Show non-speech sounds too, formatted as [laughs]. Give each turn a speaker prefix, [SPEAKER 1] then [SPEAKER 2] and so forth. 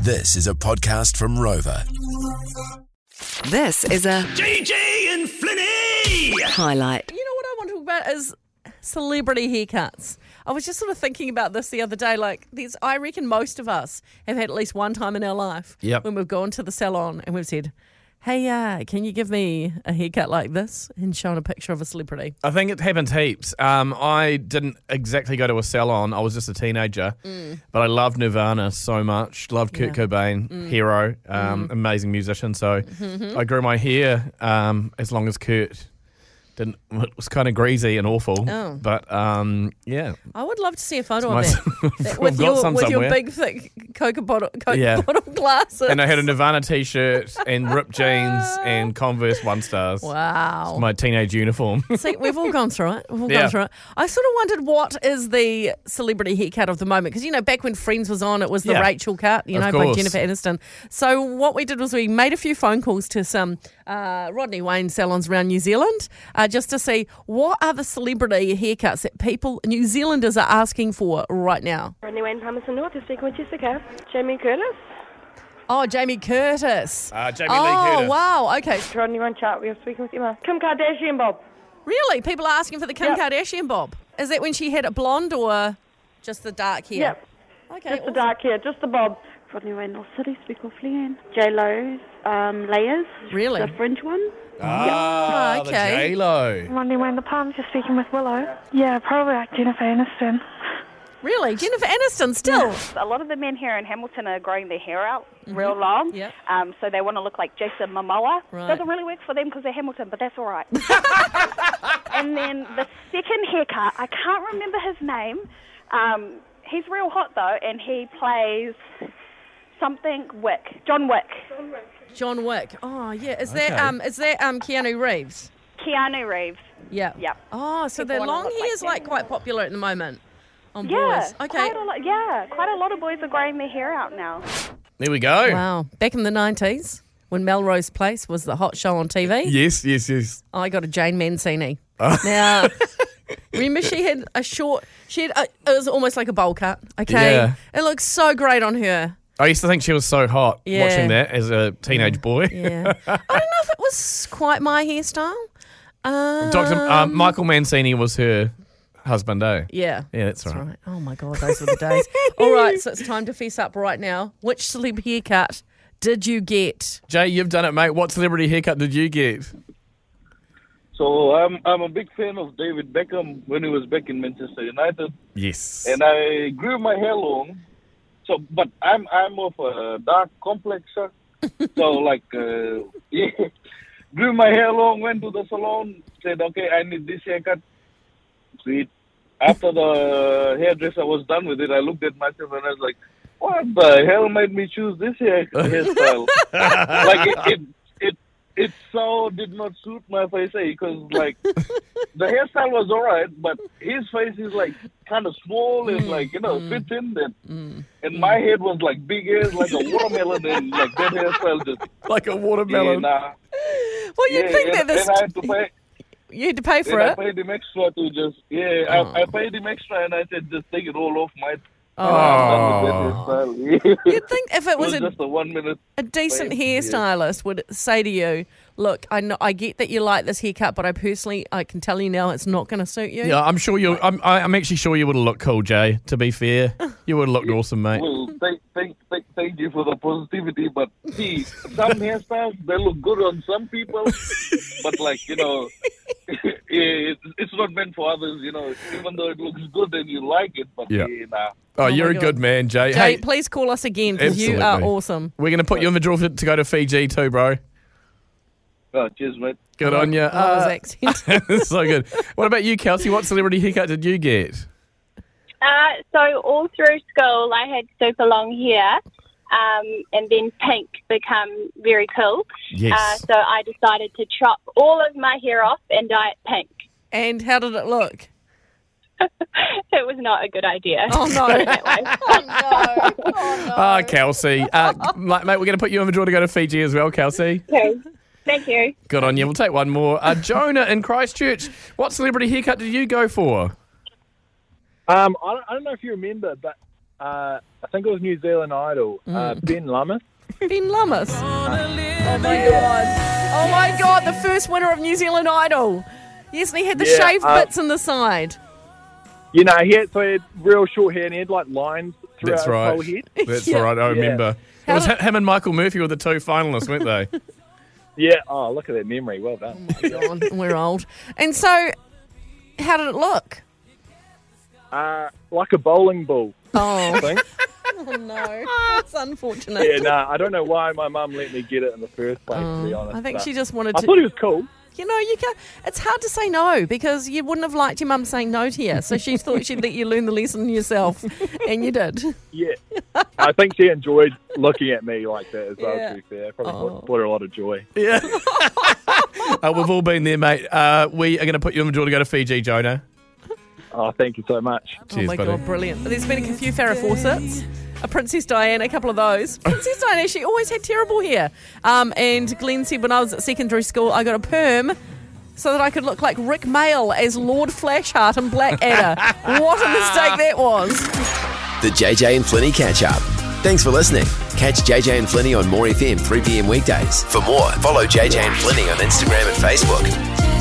[SPEAKER 1] This is a podcast from Rover.
[SPEAKER 2] This is a
[SPEAKER 3] DJ and Flinny!
[SPEAKER 2] highlight.
[SPEAKER 4] You know what I want to talk about is celebrity haircuts. I was just sort of thinking about this the other day. Like, these, I reckon most of us have had at least one time in our life
[SPEAKER 3] Yep.
[SPEAKER 4] when we've gone to the salon and we've said, "Hey, uh, can you give me a haircut like this?" and shown a picture of a celebrity.
[SPEAKER 3] I think it happens heaps. Um, I didn't exactly go to a salon. I was just a teenager,
[SPEAKER 4] Mm.
[SPEAKER 3] but I loved Nirvana so much. Loved Kurt Cobain,
[SPEAKER 4] Mm.
[SPEAKER 3] hero,
[SPEAKER 4] Mm-hmm.
[SPEAKER 3] um, amazing musician. So I grew my hair um, as long as Kurt didn't. It was kind of greasy and awful,
[SPEAKER 4] Oh.
[SPEAKER 3] but um, yeah,
[SPEAKER 4] I would love to see a photo of
[SPEAKER 3] [laughs] It's
[SPEAKER 4] that That-
[SPEAKER 3] I've
[SPEAKER 4] with
[SPEAKER 3] got
[SPEAKER 4] your
[SPEAKER 3] some
[SPEAKER 4] with
[SPEAKER 3] somewhere.
[SPEAKER 4] your big thick Coca bottle Coke
[SPEAKER 3] Yeah.
[SPEAKER 4] bottle glasses.
[SPEAKER 3] and I had a Nirvana t-shirt
[SPEAKER 4] [laughs]
[SPEAKER 3] and ripped jeans and Converse One Stars.
[SPEAKER 4] wow.
[SPEAKER 3] My
[SPEAKER 4] [laughs]
[SPEAKER 3] teenage uniform.
[SPEAKER 4] See, we've all gone through it. We've all
[SPEAKER 3] Yeah.
[SPEAKER 4] gone through it. I sort of wondered what is the celebrity haircut of the moment because you know back when Friends was on, it was the
[SPEAKER 3] Yeah.
[SPEAKER 4] Rachel cut, you
[SPEAKER 3] Of
[SPEAKER 4] know,
[SPEAKER 3] course.
[SPEAKER 4] by Jennifer Aniston. So what we did was we made a few phone calls to some uh, Rodney Wayne salons around New Zealand uh, just to see what are the celebrity haircuts that people New Zealanders are asking for right now.
[SPEAKER 5] Rodney Wayne Palmerston North, you're speaking with Jessica. Jamie Curtis.
[SPEAKER 4] Oh, Jamie Curtis.
[SPEAKER 3] Uh, Jamie Lee
[SPEAKER 4] oh
[SPEAKER 3] Curtis.
[SPEAKER 4] wow. Okay.
[SPEAKER 5] Rodney Wayne Chat, you're speaking with Emma. Kim Kardashian, Bob.
[SPEAKER 4] Really, people are asking for the Kim
[SPEAKER 5] Yep.
[SPEAKER 4] Kardashian bob. Is that when she had it blonde or just the dark hair?
[SPEAKER 5] Yep.
[SPEAKER 4] Okay.
[SPEAKER 5] Just the
[SPEAKER 4] awesome.
[SPEAKER 5] dark hair, just the bob. Rodney Wayne North City, speaking with Leanne. J Lo's um, layers.
[SPEAKER 4] Really?
[SPEAKER 5] The fringe one.
[SPEAKER 3] ah,
[SPEAKER 4] Oh, okay.
[SPEAKER 3] the J Lo.
[SPEAKER 6] Rodney Wayne the Palms, you're speaking with Willow. Yeah, probably like Jennifer Aniston.
[SPEAKER 4] Really, Jennifer Aniston still.
[SPEAKER 7] A lot of the men here in Hamilton are growing their hair out [laughs] real long,
[SPEAKER 4] Mm-hmm. Yep.
[SPEAKER 7] um, so they want to look like Jason Momoa.
[SPEAKER 4] Right.
[SPEAKER 7] Doesn't really work for them because they're Hamilton, but that's
[SPEAKER 4] [laughs]
[SPEAKER 7] all right. and then the second haircut, I can't remember his name. Um, he's real hot though, and he plays something Wick, John Wick,
[SPEAKER 4] John Wick. Oh yeah, is
[SPEAKER 3] Okay.
[SPEAKER 4] that um is that um Keanu Reeves?
[SPEAKER 7] Keanu Reeves.
[SPEAKER 4] Yeah.
[SPEAKER 7] Yep.
[SPEAKER 4] Oh, so
[SPEAKER 7] People
[SPEAKER 4] the
[SPEAKER 7] wanna
[SPEAKER 4] long
[SPEAKER 7] look like
[SPEAKER 4] hair is
[SPEAKER 7] them.
[SPEAKER 4] like quite popular at the moment on
[SPEAKER 7] Yeah,
[SPEAKER 4] boys. Okay.
[SPEAKER 7] Quite a lot, yeah, quite a lot of boys are growing their hair out now.
[SPEAKER 3] There we go.
[SPEAKER 4] Wow. Back in the nineties, when Melrose Place was the hot show on TV,
[SPEAKER 3] Yes, yes, yes.
[SPEAKER 4] I got a Jane
[SPEAKER 3] [laughs]
[SPEAKER 4] Mancini.
[SPEAKER 3] Ah.
[SPEAKER 4] Now, remember she had a short. She had a, it was almost like a bowl cut. Okay.
[SPEAKER 3] Yeah.
[SPEAKER 4] It looks so great on her.
[SPEAKER 3] I used to think she was so hot
[SPEAKER 4] Yeah.
[SPEAKER 3] watching that as a teenage boy. [laughs]
[SPEAKER 4] Yeah. I don't know if it was quite my hairstyle. Um,
[SPEAKER 3] Dr. Um, Michael Mancini was her husband, eh?
[SPEAKER 4] Yeah.
[SPEAKER 3] Yeah, that's,
[SPEAKER 4] That's
[SPEAKER 3] right.
[SPEAKER 4] right. Oh my God, those were the
[SPEAKER 3] [laughs]
[SPEAKER 4] days. All right, so it's time to fess up right now. Which celeb haircut did you get?
[SPEAKER 3] Jay, you've done it, mate. What celebrity haircut did you get?
[SPEAKER 8] So I'm I'm a big fan of David Beckham when he was back in Manchester United,
[SPEAKER 3] Yes.
[SPEAKER 8] and uh, I grew my hair long. So, but I'm I'm of a dark complexion, so like uh, yeah, grew my hair long, went to the salon, said okay, I need this haircut. Sweet. After the Uh, hairdresser was done with it, I looked at myself and I was like, what the hell made me choose this hair
[SPEAKER 3] [laughs]
[SPEAKER 8] hairstyle? like it, it it it so did not suit my face because like the hairstyle was alright, but his face is like kind of small
[SPEAKER 4] Mm,
[SPEAKER 8] and like you know fits in that, and my head was like big as like a watermelon and like that hairstyle
[SPEAKER 4] [laughs]
[SPEAKER 8] just
[SPEAKER 3] like a
[SPEAKER 8] yeah
[SPEAKER 3] watermelon.
[SPEAKER 8] nah
[SPEAKER 4] Well, you'd
[SPEAKER 8] yeah
[SPEAKER 4] think
[SPEAKER 8] and,
[SPEAKER 4] that this.
[SPEAKER 8] and I had to
[SPEAKER 4] [laughs]
[SPEAKER 8] pay
[SPEAKER 4] you had to pay for
[SPEAKER 8] and I
[SPEAKER 4] it.
[SPEAKER 8] paid him extra to just yeah I, I paid him extra and I said just take it all off my.
[SPEAKER 3] Oh.
[SPEAKER 4] You'd think if it
[SPEAKER 8] it was
[SPEAKER 4] was a,
[SPEAKER 8] just a one minute.
[SPEAKER 4] a decent
[SPEAKER 8] Wait, yeah.
[SPEAKER 4] hairstylist would say to you, "Look, I know, I get that you like this haircut, but I personally, I can tell you now, it's not going to suit you."
[SPEAKER 3] Yeah, I'm sure you. I'm. I- I'm actually sure you would have looked cool, Jay. To be fair, you would have looked awesome, mate.
[SPEAKER 8] Well, thank, thank, thank, thank you for the positivity, but see, some hairstyles they look good on some
[SPEAKER 4] [laughs]
[SPEAKER 8] people, but like you know, [laughs] it's, it's not meant for others. You know, even though it looks good and you like it, but
[SPEAKER 3] Yeah.
[SPEAKER 8] yeah, nah.
[SPEAKER 3] Oh, you're
[SPEAKER 4] my
[SPEAKER 3] a
[SPEAKER 4] God.
[SPEAKER 3] good man, Jay.
[SPEAKER 4] Jay,
[SPEAKER 3] hey,
[SPEAKER 4] please call us again because you are
[SPEAKER 3] Absolutely.
[SPEAKER 4] awesome.
[SPEAKER 3] we're gonna put you in the draw for, to go to Fiji too, bro.
[SPEAKER 8] Oh, cheers, mate.
[SPEAKER 3] Good on you.
[SPEAKER 4] I love
[SPEAKER 3] [laughs]
[SPEAKER 4] his accent.
[SPEAKER 3] so good. What about you, Kelsey? What celebrity haircut did you get?
[SPEAKER 9] Uh, so all through school, I had super long hair, um, and then pink become very cool. Uh, so I decided to chop all of my hair off and dye it pink.
[SPEAKER 4] [laughs]
[SPEAKER 9] [laughs]
[SPEAKER 4] and how did it look?
[SPEAKER 9] It was not a
[SPEAKER 5] [laughs]
[SPEAKER 9] good idea.
[SPEAKER 4] Oh no!
[SPEAKER 3] [laughs]
[SPEAKER 4] oh no!
[SPEAKER 3] Ah, Kelsey. Uh, like, mate, we're going to put you in the draw to go to Fiji as well, Kelsey.
[SPEAKER 9] Okay. Thank you.
[SPEAKER 3] Good on you. We'll take one more. Uh, Jonah in Christchurch. What celebrity haircut did you go for?
[SPEAKER 10] Um, I don't, I don't know if you remember, but Uh, I think it was New Zealand Idol. Uh, ben Lummis.
[SPEAKER 4] Ben Lummis. Oh my god. Oh my god, the first winner of New Zealand Idol. Yes, and he had the
[SPEAKER 10] Yeah,
[SPEAKER 4] shaved
[SPEAKER 10] uh,
[SPEAKER 4] bits in the side.
[SPEAKER 10] You know, he had, so he had real short hair and he had like lines through
[SPEAKER 3] That's
[SPEAKER 10] his
[SPEAKER 3] right.
[SPEAKER 10] whole head.
[SPEAKER 3] That's
[SPEAKER 4] Yeah.
[SPEAKER 3] right. I remember. It
[SPEAKER 4] How
[SPEAKER 3] was
[SPEAKER 4] did-
[SPEAKER 3] hi- him and Michael Murphy were the two finalists, weren't
[SPEAKER 10] [laughs]
[SPEAKER 3] they?
[SPEAKER 10] Yeah. Oh, look at that memory. Well
[SPEAKER 4] Oh
[SPEAKER 10] done.
[SPEAKER 4] God, [laughs] we're old. And so, how did it look?
[SPEAKER 10] uh, like a bowling ball. I
[SPEAKER 4] Oh,
[SPEAKER 10] think.
[SPEAKER 4] [laughs] oh no. That's unfortunate.
[SPEAKER 10] yeah. No, I don't know why my mum let me get it in the first place. to be
[SPEAKER 4] Oh,
[SPEAKER 10] honest,
[SPEAKER 4] I think
[SPEAKER 10] but
[SPEAKER 4] she just wanted
[SPEAKER 10] I
[SPEAKER 4] to.
[SPEAKER 10] thought it was cool.
[SPEAKER 4] you know, you can It's hard to say no because you wouldn't have liked your mum saying no to you. So
[SPEAKER 10] [laughs]
[SPEAKER 4] she thought she'd let you learn the lesson yourself, and you did.
[SPEAKER 10] Yeah. I think she enjoyed looking at me like that as well,
[SPEAKER 4] Yeah.
[SPEAKER 10] to be fair. Probably
[SPEAKER 4] Oh.
[SPEAKER 10] brought, brought her a lot of joy.
[SPEAKER 3] yeah. [laughs] uh, we've all been there, mate. Uh, we are going to put you on the draw to go to Fiji, Jonah.
[SPEAKER 10] Oh, thank you so much.
[SPEAKER 4] oh
[SPEAKER 3] Cheers,
[SPEAKER 4] my
[SPEAKER 3] buddy.
[SPEAKER 4] god, brilliant! There's been a few Farrah Fawcett's, a Princess Diane, a couple of
[SPEAKER 3] [laughs]
[SPEAKER 4] those. Princess Diane, she always had terrible hair. Um, and Glenn said when I was at secondary school, I got a perm so that I could look like Rick Mail as Lord Flashheart and Blackadder. what a mistake that was!
[SPEAKER 1] The JJ and Flinny catch up. Thanks for listening. Catch JJ and Flinny on More FM 3 p.m. weekdays. For more, follow JJ and Flinny on Instagram and Facebook.